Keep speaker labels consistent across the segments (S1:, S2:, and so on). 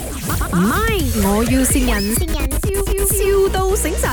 S1: 唔係，我要善人，笑笑到醒神。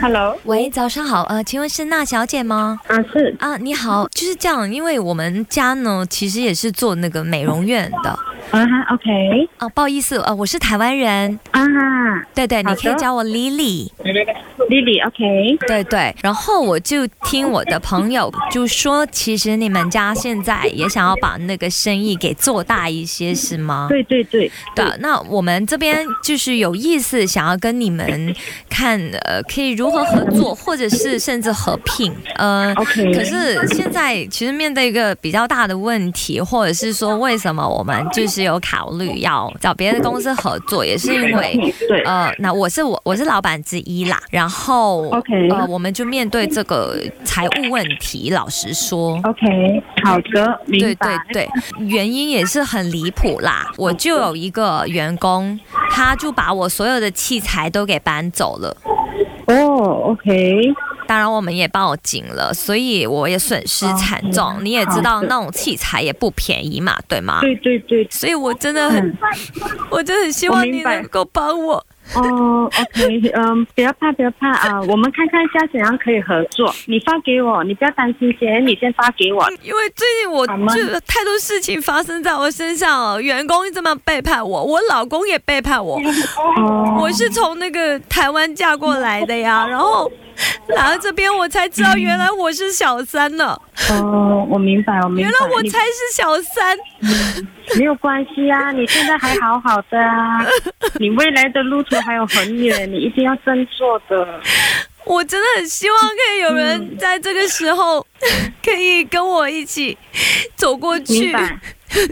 S2: Hello，
S3: 喂，早上好，呃，请问是娜小姐吗？
S2: 啊是
S3: 啊，你
S2: 嗯
S3: 好，就是这样，因为我们家呢，其实也是做那个美容院的
S2: 啊哈，OK
S3: 啊，不好意思，呃，我是台湾人，
S2: 啊哈
S3: 对对，你可以
S2: 好的
S3: 叫我 Lily，
S2: ，Lily OK，
S3: 对对，然后我就听我的朋友就说，其实你们家现在也想要把那个生意给做大一些，是吗？
S2: 对对对，
S3: 的，那我们这边就是有意思，想要跟你们看，呃，可以如何合作，或者是甚至合并，呃。
S2: OK
S3: 可是现在其实面对一个比较大的问题，或者是说为什么我们就是有考虑要找别的公司合作，也是因为。
S2: 对
S3: 呃，那我是我我是老板之一啦，然后
S2: OK
S3: 呃，我们就面对这个财务问题，老实说，
S2: OK，好的，哦明
S3: 对
S2: 白
S3: 对，对，原因也是很离谱啦。我就有一个员工，他就把我所有的器材都给搬走了，
S2: 哦，OK，
S3: 当然我们也报警了，所以我也损失惨重。你也知道那种器材也不便宜嘛，对吗？
S2: 嗯对嗯对对，
S3: 所以我真的很， 我真的很希望
S2: 我
S3: 你
S2: 明白
S3: 能够帮我。
S2: 哦，OK，嗯，不要怕不要怕啊，我们看看一下怎样可以合作，你发给我，你不要担心先，你先发给我，
S3: 因为最近 我
S2: 好吗
S3: 就太多事情发生在我身上了，员工这么背叛我，我老公也背叛我，
S2: 哦，
S3: 我是从那个台湾嫁过来的
S2: 嗯
S3: 呀，然后来到这边我才知道，原来我是小三呢，
S2: 哦，我明白我明白，
S3: 原来我
S2: 你
S3: 才是小三。
S2: 没有关系啊，你现在还好好的啊， 你未来的路途还有很远，你一定要振作的。
S3: 我真的很希望可以有人在这个时候可以跟我一起走过
S2: 嗯明
S3: 去。
S2: 白，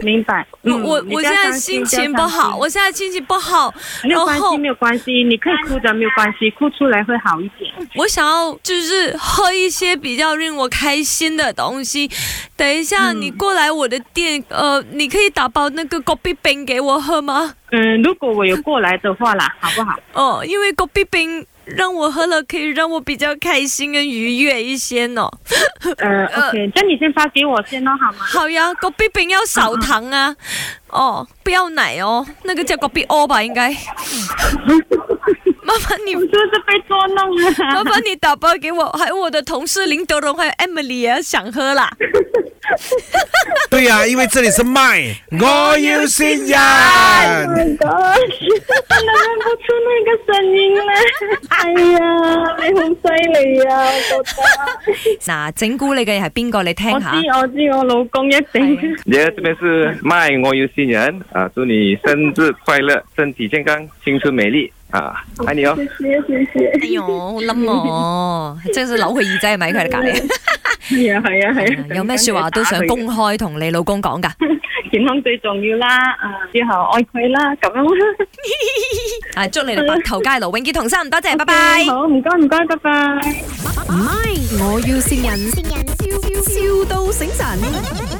S2: 明白。
S3: 我
S2: 嗯
S3: 我我现在心情不好，我现在心情不好，
S2: 你不
S3: 然
S2: 要伤心
S3: 后
S2: 没有关系，没有关系，你可以哭的，没有关系，哭出来会好一 点。
S3: 我想要就是喝一些比较令我开心的东西。等一下你
S2: 嗯
S3: 过来我的店，呃，你可以打包那个 g o b 冰给我喝吗？
S2: 嗯，如果我有过来的话啦，好 不好？
S3: 哦，因为狗皮冰让我喝了，可以让我比较开心跟愉悦一些呢。
S2: 呃，OK，那你先发给我先哦，好吗？
S3: 好呀，狗皮冰要少糖啊，哦，不要奶哦，那个叫狗皮 O 吧，应该。麻烦你
S2: 我，是不是被捉弄 了？
S3: 麻烦你打包给我，还有我的同事林德荣，还有 Emily 也想喝啦。
S4: 对呀、因为这里是麦，我要新
S2: Oh 真
S4: 人。
S2: 的认不出那个声音 了。哎呀，你好犀利啊！我覺得
S3: 嗱，整蠱你嘅係邊個？你聽
S2: 我
S3: 下。
S2: 知我知，我老公一定。
S5: 耶这边是卖我有新人啊，祝你生日快乐，身体健康，青春美丽啊，爱你哦。
S2: 谢谢谢
S3: 哎呦，好冧 我，真係扭佢耳仔，係咪佢嚟隔離？
S2: 谢。 系啊系啊系啊。
S3: 有咩説話都想公開同你老公講㗎？
S2: 健康最重要啦，啊，之後愛佢啦，咁樣啦。
S3: 啊，祝你哋白頭偕老，永結同心，多謝，拜拜。
S2: 好，唔該唔該，拜拜。
S1: 唔係，我要善人，笑笑到醒神。